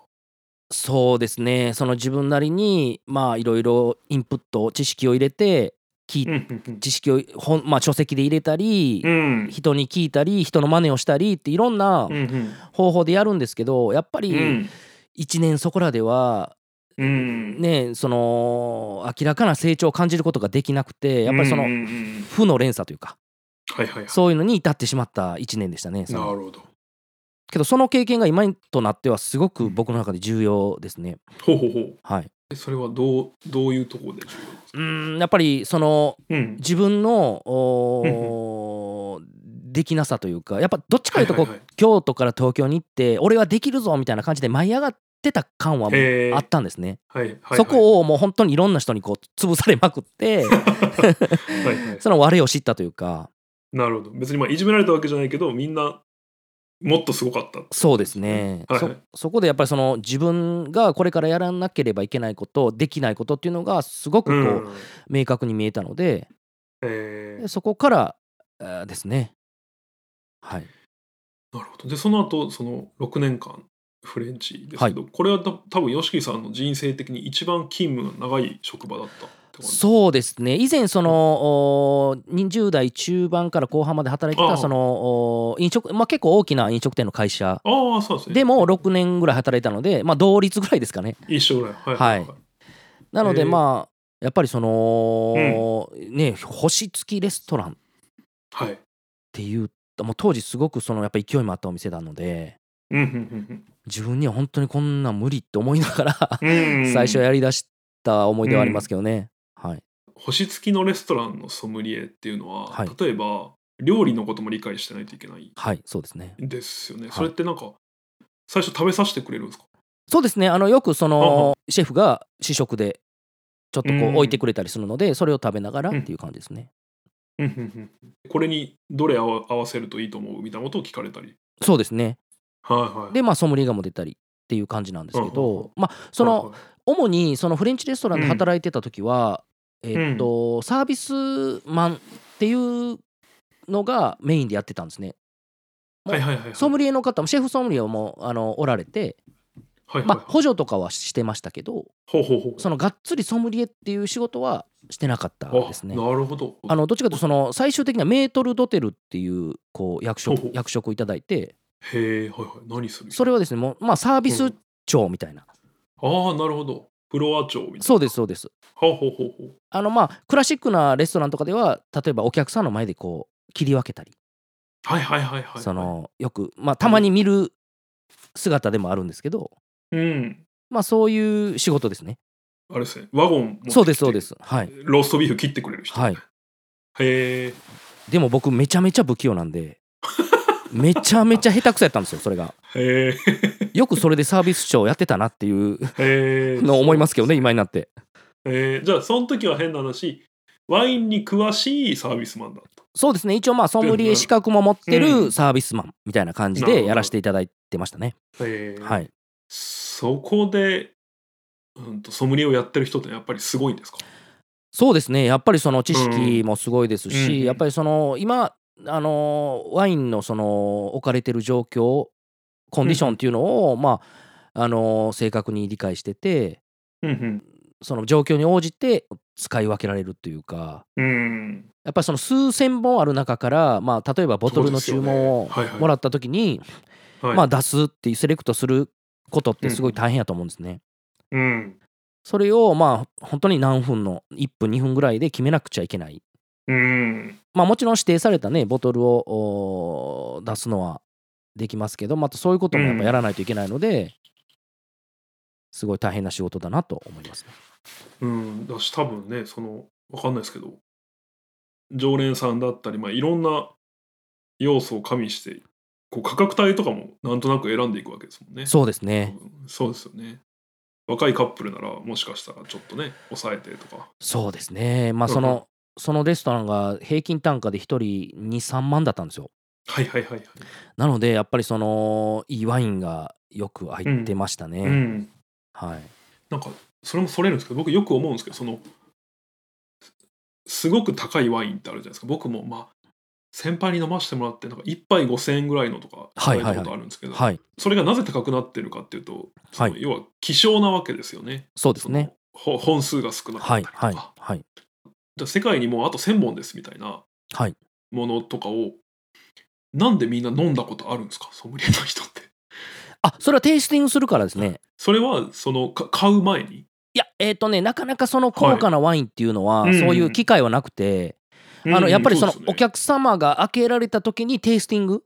[SPEAKER 2] そうですねその自分なりにまあいろいろインプット知識を入れて聞い
[SPEAKER 1] うんうん
[SPEAKER 2] 知識を本、まあ、書籍で入れたり、
[SPEAKER 1] うん
[SPEAKER 2] 人に聞いたり人の真似をしたりっていろんな
[SPEAKER 1] うんうん
[SPEAKER 2] 方法でやるんですけどやっぱ
[SPEAKER 1] う
[SPEAKER 2] り
[SPEAKER 1] ん
[SPEAKER 2] 1年そこらでは
[SPEAKER 1] うん
[SPEAKER 2] ねその明らかな成長を感じることができなくてやっぱりその
[SPEAKER 1] うんうんうん
[SPEAKER 2] 負の連鎖というか
[SPEAKER 1] はいはいはい。
[SPEAKER 2] そういうのに至ってしまった1年でしたね。そ
[SPEAKER 1] な
[SPEAKER 2] の
[SPEAKER 1] るほど。
[SPEAKER 2] けどその経験が今となってはすごく僕の中で重要ですね。
[SPEAKER 1] ほうほうほう。
[SPEAKER 2] はい、
[SPEAKER 1] えそれはどうどういうところで重要ですか
[SPEAKER 2] うーんやっぱりその
[SPEAKER 1] うん
[SPEAKER 2] 自分のおーできなさというかやっぱどっちかというとこう、
[SPEAKER 1] はいはいはい
[SPEAKER 2] 京都から東京に行って俺はできるぞみたいな感じで舞い上がってた感はもう
[SPEAKER 1] へー
[SPEAKER 2] あったんですね。
[SPEAKER 1] はいはいはい
[SPEAKER 2] そこをもう本当にいろんな人にこう潰されまくって
[SPEAKER 1] はいはい
[SPEAKER 2] その我を知ったというか
[SPEAKER 1] なるほど別にまあいじめられたわけじゃないけどみんなもっとすごかった
[SPEAKER 2] そうですね、
[SPEAKER 1] はいはい
[SPEAKER 2] そそこでやっぱりその自分がこれからやらなければいけないことできないことっていうのがすごくこう、
[SPEAKER 1] うん
[SPEAKER 2] 明確に見えたので
[SPEAKER 1] えー
[SPEAKER 2] でそこからあーですねはい
[SPEAKER 1] なるほどでその後その6年間フレンチですけど、これはた多分 YOSHIKI さんの人生的に一番勤務が長い職場だったってことです
[SPEAKER 2] そうですね以前そのおー20代中盤から後半まで働いて
[SPEAKER 1] あ
[SPEAKER 2] た
[SPEAKER 1] あ
[SPEAKER 2] そのおー飲食、まあ、結構大きな飲食店の会社
[SPEAKER 1] ああそうですね
[SPEAKER 2] でも6年ぐらい働いたので、まあ、同率ぐらいですかね
[SPEAKER 1] 一緒ぐらいはい
[SPEAKER 2] はいなの
[SPEAKER 1] へえ
[SPEAKER 2] でまあやっぱりその、ね星付きレストランっ
[SPEAKER 1] はい、はい
[SPEAKER 2] ていうもう当時すごくそのやっぱ勢いもあったお店なので
[SPEAKER 1] うんうん
[SPEAKER 2] 自分には本当にこんなん無理って思いながら
[SPEAKER 1] うんうんうん
[SPEAKER 2] 最初やりだした思い出はありますけどね、はい
[SPEAKER 1] 星付きのレストランのソムリエっていうのは、
[SPEAKER 2] はい
[SPEAKER 1] 例えば料理のことも理解してないといけない
[SPEAKER 2] はいそうですね
[SPEAKER 1] ですよね、
[SPEAKER 2] い
[SPEAKER 1] それってなんか最初食べさせてくれるんですか
[SPEAKER 2] そうですねあのよくそ
[SPEAKER 1] あ
[SPEAKER 2] のシェフが試食でちょっとこ
[SPEAKER 1] うん
[SPEAKER 2] う置いてくれたりするのでそれを食べながらっていう感じですね、
[SPEAKER 1] これにどれ合わ合わせるといいと思うみたいなことを聞かれたり
[SPEAKER 2] そうですね
[SPEAKER 1] はいはい
[SPEAKER 2] でまあソムリエがも出たりっていう感じなんですけ
[SPEAKER 1] うんうんうん
[SPEAKER 2] どまあその
[SPEAKER 1] はいはい
[SPEAKER 2] 主にそのフレンチレストランで働いてた時は、えっとサービスマンっていうのがメインでやってたんですね
[SPEAKER 1] はいはいはいはい
[SPEAKER 2] ソムリエの方もシェフソムリエもあのおられて、
[SPEAKER 1] はいはい
[SPEAKER 2] ま
[SPEAKER 1] は
[SPEAKER 2] あ、
[SPEAKER 1] い
[SPEAKER 2] 補助とかはしてましたけど
[SPEAKER 1] ほうほうほう
[SPEAKER 2] そのがっつりソムリエっていう仕事はしてなかった
[SPEAKER 1] あ
[SPEAKER 2] ですね。
[SPEAKER 1] なるほど
[SPEAKER 2] あのどっちかというとその最終的にはメートル・ドテルっていうこう役
[SPEAKER 1] ほうほう
[SPEAKER 2] 職役職をいただいて
[SPEAKER 1] へえはいはい何する
[SPEAKER 2] それはですねもうまあサービス長みたいな
[SPEAKER 1] ああなるほどフロア長みたいな
[SPEAKER 2] そうですそうです
[SPEAKER 1] ほうほうほうほう
[SPEAKER 2] あのまあクラシックなレストランとかでは例えばお客さんの前でこう切り分けたり
[SPEAKER 1] はいはいはいはいはい
[SPEAKER 2] そのよくまあたまに見る姿でもあるんですけど
[SPEAKER 1] うん
[SPEAKER 2] まあそういう仕事ですね
[SPEAKER 1] あれですねワゴン持ってきて
[SPEAKER 2] そうですそうですはい
[SPEAKER 1] ローストビーフ切ってくれる人
[SPEAKER 2] はい
[SPEAKER 1] へえ
[SPEAKER 2] でも僕めちゃめちゃ不器用なんでめちゃめちゃ下手くそやったんですよそれが
[SPEAKER 1] へえ
[SPEAKER 2] よくそれでサービス長やってたなっていう
[SPEAKER 1] へえ
[SPEAKER 2] のを思いますけどね今になって
[SPEAKER 1] えーじゃあその時は変な話ワインに詳しいサービスマンだった
[SPEAKER 2] そうですね一応まあソムリエ資格も持ってるサービスマンみたいな感じ
[SPEAKER 1] なるほ
[SPEAKER 2] で
[SPEAKER 1] ど
[SPEAKER 2] やらせていただいてましたね、
[SPEAKER 1] えー
[SPEAKER 2] はい
[SPEAKER 1] そこで、うん、とソムリエをやってる人ってやっぱりすごいんですか
[SPEAKER 2] そうですねやっぱりその知識もすごいですし、
[SPEAKER 1] うん
[SPEAKER 2] やっぱりその今あのーワインのその置かれてる状況コンディションっていうのを、まああのー正確に理解してて
[SPEAKER 1] うん
[SPEAKER 2] その状況に応じて使い分けられるというか
[SPEAKER 1] うんうん
[SPEAKER 2] やっぱりその数千本ある中から、まあ、例えばボトルの注文
[SPEAKER 1] そう
[SPEAKER 2] を
[SPEAKER 1] ですよねはいはい
[SPEAKER 2] もらった時に、
[SPEAKER 1] はい
[SPEAKER 2] まあ、出すっていうセレクトすることってすごい大変やと思うんですね。
[SPEAKER 1] うん
[SPEAKER 2] それをまあ本当に何分の1分2分ぐらいで決めなくちゃいけない。
[SPEAKER 1] うん
[SPEAKER 2] まあもちろん指定されたねボトルをおー出すのはできますけどまたそういうこともやっぱやらないといけないので、すごい大変な仕事だなと思います、ね。
[SPEAKER 1] うんだし多分ねそのわかんないですけど常連さんだったり、まあ、いろんな要素を加味してこう価格帯とかもなんとなく選んでいくわけですもんね
[SPEAKER 2] そうです
[SPEAKER 1] 多
[SPEAKER 2] ね。
[SPEAKER 1] 分そうですよね若いカップルならもしかしたらちょっとね抑えてとか
[SPEAKER 2] そうですね。まあその、そのレストランが平均単価で1人23万だったんですよ。
[SPEAKER 1] はいはいはいはい。
[SPEAKER 2] なのでやっぱりそのいいワインがよく入ってましたね、
[SPEAKER 1] うん。
[SPEAKER 2] はい
[SPEAKER 1] なんか、それもそれるんですけど、僕よく思うんですけど、その、すすごく高いワインってあるじゃないですか。僕も、まあ、先輩に飲ませてもらって、なんか1杯5000円ぐらいのとか、
[SPEAKER 2] はいはいはい
[SPEAKER 1] たことあるんですけど、
[SPEAKER 2] はい
[SPEAKER 1] それがなぜ高くなってるかっていうと、その
[SPEAKER 2] はい
[SPEAKER 1] 要は希少なわけですよね。
[SPEAKER 2] そうですね
[SPEAKER 1] その。ほ本数が少なかった
[SPEAKER 2] はい
[SPEAKER 1] りとか。
[SPEAKER 2] はいはい
[SPEAKER 1] じゃあ世界にもうあと1,000本ですみたいな
[SPEAKER 2] はい
[SPEAKER 1] ものとかを、なんでみんな飲んだことあるんですか、ソムリエの人って。
[SPEAKER 2] あそれはテイスティングするからですね
[SPEAKER 1] それは、その、か買う前に。
[SPEAKER 2] いやえっ、とねなかなかその高価なワインっていうのは、
[SPEAKER 1] はいうん
[SPEAKER 2] そういう機会はなくて、あ
[SPEAKER 1] うんう
[SPEAKER 2] の
[SPEAKER 1] ん
[SPEAKER 2] やっぱりその
[SPEAKER 1] うです
[SPEAKER 2] お
[SPEAKER 1] ね
[SPEAKER 2] 客様が開けられた時にテイスティング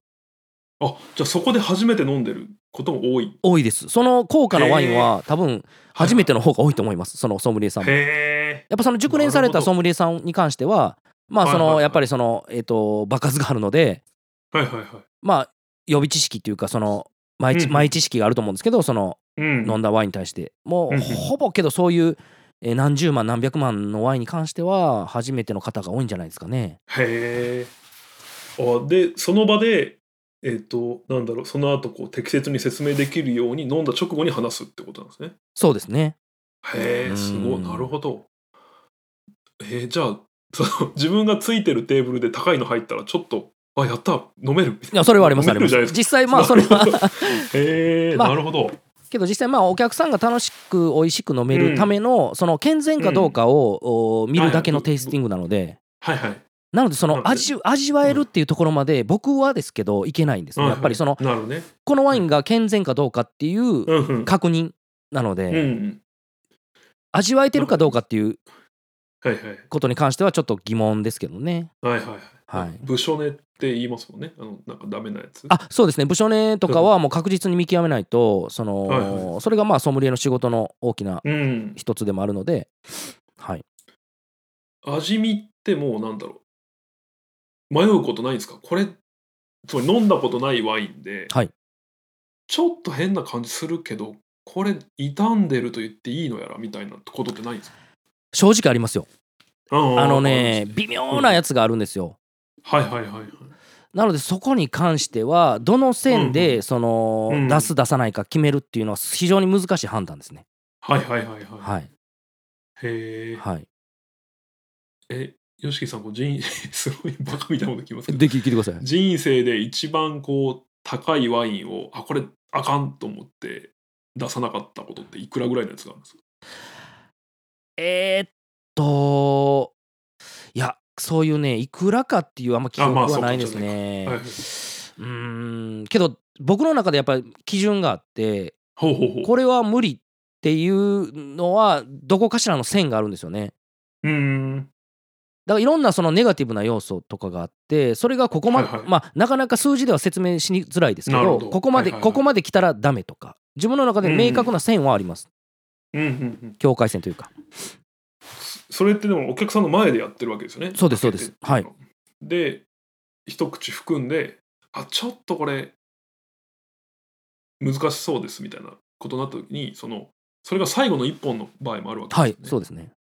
[SPEAKER 1] あじゃあそこで初めて飲んでることも多い。
[SPEAKER 2] 多いですその高価なワインは多分初めての方が多いと思いますそのソムリエさんもやっ
[SPEAKER 1] へえ。
[SPEAKER 2] ぱその熟練さ
[SPEAKER 1] な
[SPEAKER 2] れ
[SPEAKER 1] る
[SPEAKER 2] た
[SPEAKER 1] ほど
[SPEAKER 2] ソムリエさんに関してはまあ
[SPEAKER 1] はい
[SPEAKER 2] そ
[SPEAKER 1] はいは
[SPEAKER 2] の
[SPEAKER 1] い
[SPEAKER 2] やっぱりそのえっ、と場数があるので
[SPEAKER 1] はいはいはい。
[SPEAKER 2] まあ予備知識っていうかその前知
[SPEAKER 1] うん
[SPEAKER 2] 前知識があると思うんですけどその
[SPEAKER 1] うん
[SPEAKER 2] 飲んだワインに対しても
[SPEAKER 1] う
[SPEAKER 2] うんほぼけどそういうえー何十万何百万のワインに関しては初めての方が多いんじゃないですかね。
[SPEAKER 1] へえ。あでその場でえっ、となんだろうその後こう適切に説明できるように飲んだ直後に話すってことなんですね。
[SPEAKER 2] そうですね。
[SPEAKER 1] へ
[SPEAKER 2] う
[SPEAKER 1] え
[SPEAKER 2] ん
[SPEAKER 1] すごいなるほど。えー、じゃあその 自分がついてるテーブルで高いの入ったらちょっとあやった飲めるみたい
[SPEAKER 2] い
[SPEAKER 1] な。
[SPEAKER 2] やそれはありますあ
[SPEAKER 1] 飲
[SPEAKER 2] り
[SPEAKER 1] める
[SPEAKER 2] ま。
[SPEAKER 1] じゃないですすか。
[SPEAKER 2] 実際まあそれは
[SPEAKER 1] へえ、
[SPEAKER 2] まあ
[SPEAKER 1] なるほど。
[SPEAKER 2] けど実際まあお客さんが楽しく美味しく飲めるためのその健全かどうかをお見るだけのテイスティングなので。
[SPEAKER 1] はいはい。
[SPEAKER 2] なのでそ
[SPEAKER 1] な
[SPEAKER 2] の
[SPEAKER 1] ので
[SPEAKER 2] 味味わえるっていうところまで僕はですけどいけないんですね
[SPEAKER 1] はい
[SPEAKER 2] や
[SPEAKER 1] はい
[SPEAKER 2] っぱりその
[SPEAKER 1] なるほどね。
[SPEAKER 2] このワインが健全かどうかっていう
[SPEAKER 1] うんうん。
[SPEAKER 2] 確認なの
[SPEAKER 1] うんう
[SPEAKER 2] で
[SPEAKER 1] ん。
[SPEAKER 2] 味わえてるかどうかっていう
[SPEAKER 1] はいはい。
[SPEAKER 2] ことに関してはちょっと疑問ですけどね
[SPEAKER 1] はいはいはい。
[SPEAKER 2] はい
[SPEAKER 1] 部署ねって言いますもんね。あのなんかダメなやつ。
[SPEAKER 2] あそうですね部署ねとかはもう確実に見極めないとそ
[SPEAKER 1] はいは
[SPEAKER 2] のそれがまあソムリエの仕事の大きな
[SPEAKER 1] うん。
[SPEAKER 2] 一つでもあるのではい
[SPEAKER 1] 味見ってもうなんだろう。迷うことないんですかこれ、つまり飲んだことないワインで、
[SPEAKER 2] はい
[SPEAKER 1] ちょっと変な感じするけど、これ傷んでると言っていいのやらみたいなことってないんですか
[SPEAKER 2] 正直ありますよ
[SPEAKER 1] あ
[SPEAKER 2] あのね、微妙なやつがあるんですよ
[SPEAKER 1] はいはいはいはい。
[SPEAKER 2] なのでそこに関してはどの線
[SPEAKER 1] う
[SPEAKER 2] でその
[SPEAKER 1] うん
[SPEAKER 2] 出す出さないか決めるっていうのは非常に難しい判断ですね
[SPEAKER 1] はいはいはいはい。
[SPEAKER 2] はい
[SPEAKER 1] へえ。
[SPEAKER 2] はい
[SPEAKER 1] え、ヨシキさん、こう人 すごいバカみたいなこと聞きますけど
[SPEAKER 2] で聞いてください
[SPEAKER 1] 人生で一番こう高いワインをあこれあかんと思って出さなかったことっていくらぐらいのやつがあるんですか
[SPEAKER 2] えーっといやそういうねいくらかっていうあんま記憶
[SPEAKER 1] あまあ
[SPEAKER 2] はないですね、うーんけど僕の中でやっぱり基準があって
[SPEAKER 1] ほうほうほう
[SPEAKER 2] これは無理っていうのはどこかしらの線があるんですよね
[SPEAKER 1] うーん
[SPEAKER 2] だからいろんなそのネガティブな要素とかがあってそれがここまで、
[SPEAKER 1] はいはい
[SPEAKER 2] まあなかなか数字では説明しづらいですけ
[SPEAKER 1] なる
[SPEAKER 2] ど
[SPEAKER 1] ほど
[SPEAKER 2] ここまで、
[SPEAKER 1] はいはいはい
[SPEAKER 2] ここまで来たらダメとか自分の中で明確な線はあります、
[SPEAKER 1] うんうんうん
[SPEAKER 2] 境界線というか
[SPEAKER 1] それってでもお客さんの前でやってるわけですよね
[SPEAKER 2] そうですそうですはい
[SPEAKER 1] で一口含んであちょっとこれ難しそうですみたいなことになった時にそのそれが最後の一本の場合もあるわけ
[SPEAKER 2] はい
[SPEAKER 1] です
[SPEAKER 2] そ
[SPEAKER 1] よね、
[SPEAKER 2] うですね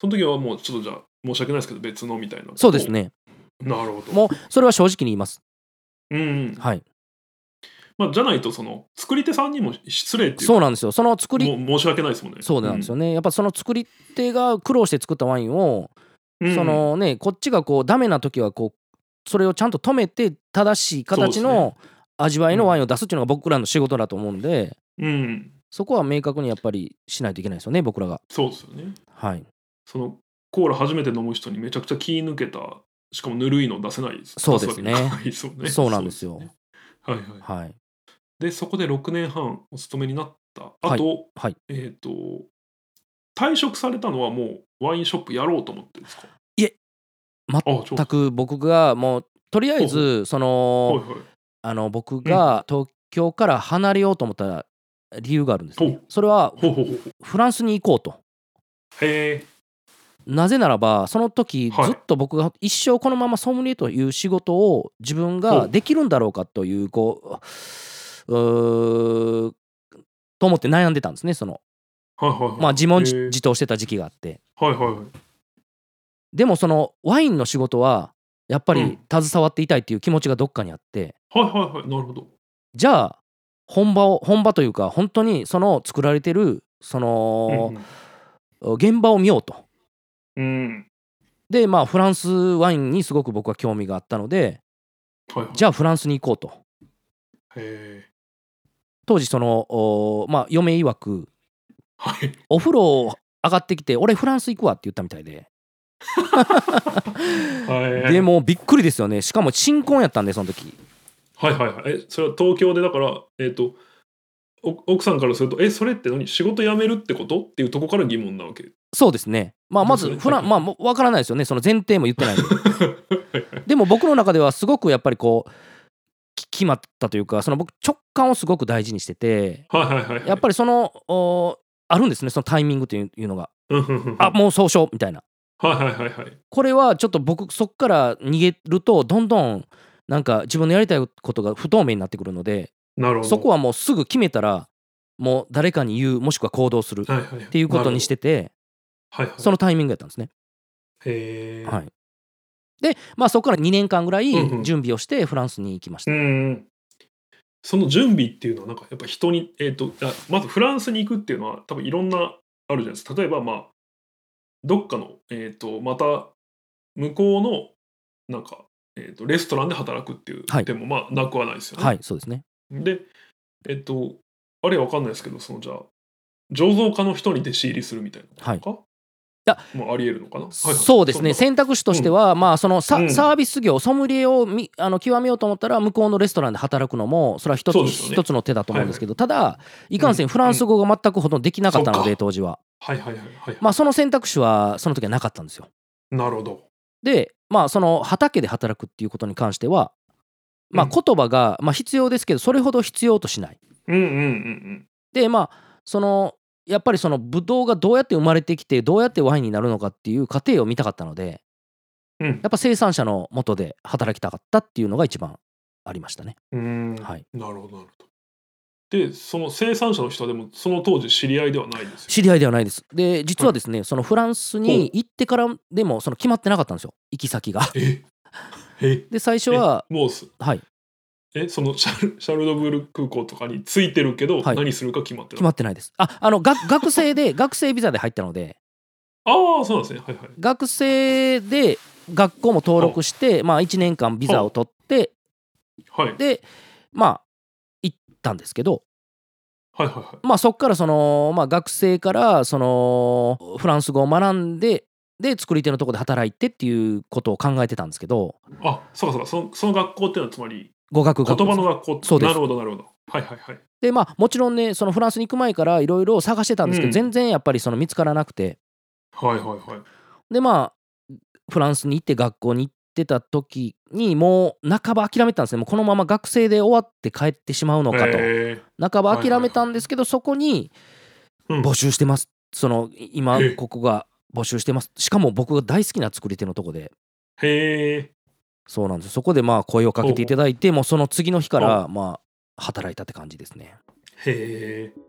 [SPEAKER 1] その時はもうちょっとじゃあ申し訳ないですけど別のみたいな
[SPEAKER 2] そうですね
[SPEAKER 1] なるほど
[SPEAKER 2] もうそれは正直に言います
[SPEAKER 1] うんうん、
[SPEAKER 2] はい
[SPEAKER 1] まあ、じゃないとその作り手さんにも失礼っていう
[SPEAKER 2] そう
[SPEAKER 1] か
[SPEAKER 2] なんですよその作り
[SPEAKER 1] もう申し訳ないですもんね。
[SPEAKER 2] そうなんですよね、やっぱその作り手が苦労して作ったワインを、
[SPEAKER 1] うん、
[SPEAKER 2] そのねこっちがこうダメな時はこうそれをちゃんと止めて正しい
[SPEAKER 1] そ
[SPEAKER 2] 形
[SPEAKER 1] う
[SPEAKER 2] の味わいのワインを出すっていうのが僕らの仕事だと思うんで、
[SPEAKER 1] うん、うん、
[SPEAKER 2] そこは明確にやっぱりしないといけないですよね僕らが
[SPEAKER 1] そうですよね。
[SPEAKER 2] はい
[SPEAKER 1] そのコーラ初めて飲む人にめちゃくちゃ気抜けた、しかもぬるいの出せない
[SPEAKER 2] そうですね
[SPEAKER 1] 出わけにいかないですもね
[SPEAKER 2] そうなんですよ
[SPEAKER 1] そうですねはいはい。
[SPEAKER 2] はい
[SPEAKER 1] で、そこで6年半お勤めになった
[SPEAKER 2] は
[SPEAKER 1] あ
[SPEAKER 2] い
[SPEAKER 1] と、
[SPEAKER 2] はい
[SPEAKER 1] えっ、と、退職されたのはもうワインショップやろうと思ってるんですか
[SPEAKER 2] いえ、
[SPEAKER 1] あそう
[SPEAKER 2] 全く僕がもうとりあえずそ
[SPEAKER 1] はい
[SPEAKER 2] の
[SPEAKER 1] はい。
[SPEAKER 2] あの僕が東京から離れようと思った理由があるんですね
[SPEAKER 1] ほう
[SPEAKER 2] それは
[SPEAKER 1] ほうほうほうほう。
[SPEAKER 2] フランスに行こうと
[SPEAKER 1] へえ。
[SPEAKER 2] なぜならばその時
[SPEAKER 1] はい
[SPEAKER 2] ずっと僕が一生このままソムリエという仕事を自分
[SPEAKER 1] ほ
[SPEAKER 2] が
[SPEAKER 1] う
[SPEAKER 2] できるんだろうかというこううーと思って悩んでたんですねその
[SPEAKER 1] はいはいはい。
[SPEAKER 2] まあ自
[SPEAKER 1] へ
[SPEAKER 2] 問
[SPEAKER 1] え
[SPEAKER 2] 自自答してた時期があって
[SPEAKER 1] はいはいはい。
[SPEAKER 2] でもそのワインの仕事はやっぱ
[SPEAKER 1] う
[SPEAKER 2] り
[SPEAKER 1] ん
[SPEAKER 2] 携わっていたいっていう気持ちがどっかにあって
[SPEAKER 1] はいはいはいなるほど
[SPEAKER 2] じゃあ本場を本場というか本当にその作られてるその
[SPEAKER 1] うん
[SPEAKER 2] 現場を見ようと。
[SPEAKER 1] うん
[SPEAKER 2] でまあフランスワインにすごく僕は興味があったので
[SPEAKER 1] はいはい
[SPEAKER 2] じゃあフランスに行こうと。
[SPEAKER 1] へえ
[SPEAKER 2] 当時そのおまあ嫁曰く
[SPEAKER 1] はい
[SPEAKER 2] お風呂上がってきて俺フランス行くわって言ったみたいで。
[SPEAKER 1] はい
[SPEAKER 2] でもびっくりですよねしかも新婚やったんでその時
[SPEAKER 1] はいはいはいえそれは東京でだからえっ、とお奥さんからすると「えそれって何仕事辞めるってこと?」っていうとこから疑問なわけ
[SPEAKER 2] そうですねまあまず
[SPEAKER 1] ですね
[SPEAKER 2] フランまあもうわからないですよねその前提も言ってないんででも僕の中ではすごくやっぱりこうき決まったというかその僕直感をすごく大事にしてて
[SPEAKER 1] はいはいはいはい
[SPEAKER 2] やっぱりそのおあるんですねそのタイミングといういうのが
[SPEAKER 1] うんうんうん
[SPEAKER 2] あもうそうしようみたいな
[SPEAKER 1] はいはいはいはい
[SPEAKER 2] これはちょっと僕そっから逃げるとどんどんなんか自分のやりたいことが不透明になってくるので
[SPEAKER 1] なるほど
[SPEAKER 2] そこはもうすぐ決めたらもう誰かに言うもしくは行動するっ
[SPEAKER 1] は、はいはい、って
[SPEAKER 2] いうことにしてて
[SPEAKER 1] はいはい
[SPEAKER 2] そのタイミングやったんですね。
[SPEAKER 1] へえ、
[SPEAKER 2] はい、でまあそこから2年間ぐらい
[SPEAKER 1] うんうん
[SPEAKER 2] 準備をしてフランスに行きまし
[SPEAKER 1] う
[SPEAKER 2] た。
[SPEAKER 1] んその準備っていうのはなんかやっぱ人に、えー、とあまずフランスに行くっていうのは多分いろんなあるじゃないですか例えばまあどっかの、えー、とまた向こうのなんか、えー、とレストランで働くっていう
[SPEAKER 2] はい
[SPEAKER 1] 点もまあなくはないですよね。
[SPEAKER 2] はいそうですね
[SPEAKER 1] でえっ、とあれわかんないですけどそのじゃあ醸造家の人に弟子入りするみたいなのとか、
[SPEAKER 2] や
[SPEAKER 1] もうありえるのかな、はいはい
[SPEAKER 2] そうですね
[SPEAKER 1] そんな
[SPEAKER 2] 選択肢としては、まあそのサ,、
[SPEAKER 1] うん
[SPEAKER 2] サービス業ソムリエをみあの極めようと思ったら向こうのレストランで働くのもそれは一つ,、
[SPEAKER 1] そうですよね
[SPEAKER 2] 一つの手だと思うんですけど、ただいかんせんフランス語が全くほとんどできなかったの
[SPEAKER 1] そう
[SPEAKER 2] で、
[SPEAKER 1] か
[SPEAKER 2] 当時は
[SPEAKER 1] はいはいはいはい、
[SPEAKER 2] まあその選択肢はその時はなかったんですよ
[SPEAKER 1] なるほど。
[SPEAKER 2] でまあその畑で働くっていうことに関してはまあ
[SPEAKER 1] うん
[SPEAKER 2] 言葉が、まあ、必要ですけどそれほど必要としない
[SPEAKER 1] うんうんうんうん。
[SPEAKER 2] でまあそのやっぱりそのブドウがどうやって生まれてきてどうやってワインになるのかっていう過程を見たかったので
[SPEAKER 1] うん
[SPEAKER 2] やっぱ生産者の元で働きたかったっていうのが一番ありましたね。
[SPEAKER 1] うーん
[SPEAKER 2] はい
[SPEAKER 1] なるほどなるほど。でその生産者の人はでもその当時知り合いではないですよ。
[SPEAKER 2] 知り合いではないです。で実はですね、そのフランスに行ってからでもその決まってなかったんですよ行き先が。
[SPEAKER 1] ええ
[SPEAKER 2] で最初は
[SPEAKER 1] もうす
[SPEAKER 2] はい
[SPEAKER 1] えそのシャルシャルドブール空港とかについてるけど、
[SPEAKER 2] はい
[SPEAKER 1] 何するか決まって
[SPEAKER 2] 決
[SPEAKER 1] な
[SPEAKER 2] ま
[SPEAKER 1] い。
[SPEAKER 2] ってないです。ああのが学 生で学生ビザで入ったので
[SPEAKER 1] ああそうなんですねはいはい。
[SPEAKER 2] 学生で学校も登録してまあ1年間ビザを取って
[SPEAKER 1] はいはい
[SPEAKER 2] でまあ行ったんですけど
[SPEAKER 1] はいは
[SPEAKER 2] まあそっからその、まあ、学生からそのフランス語を学んでで作り手のとこで働いてっていうことを考えてたんですけど
[SPEAKER 1] い。あそうかそうかそのその学校っていうのはつまり
[SPEAKER 2] 語学
[SPEAKER 1] 言
[SPEAKER 2] 学校
[SPEAKER 1] 葉の学校
[SPEAKER 2] そうです
[SPEAKER 1] なるほどなるほど。はいはいはい。
[SPEAKER 2] でまあもちろんねそのフランスに行く前からいろいろ探してたんですけど、
[SPEAKER 1] うん
[SPEAKER 2] 全然やっぱりその見つからなくて
[SPEAKER 1] はいはいはい。
[SPEAKER 2] でまあフランスに行って学校に行ってた時にもう半ば諦めてたんですねもうこのまま学生で終わって帰ってしまうのかと、
[SPEAKER 1] え
[SPEAKER 2] 半ば諦めたんですけど、そこに
[SPEAKER 1] うん
[SPEAKER 2] 募集してます、その今
[SPEAKER 1] ええ
[SPEAKER 2] ここが募集してますしかも僕が大好きな作り手のとこで
[SPEAKER 1] ー、へえ。
[SPEAKER 2] そうなんですそこでまあ声をかけていただいてもうその次の日からまあ働いたって感じですね
[SPEAKER 1] へえ。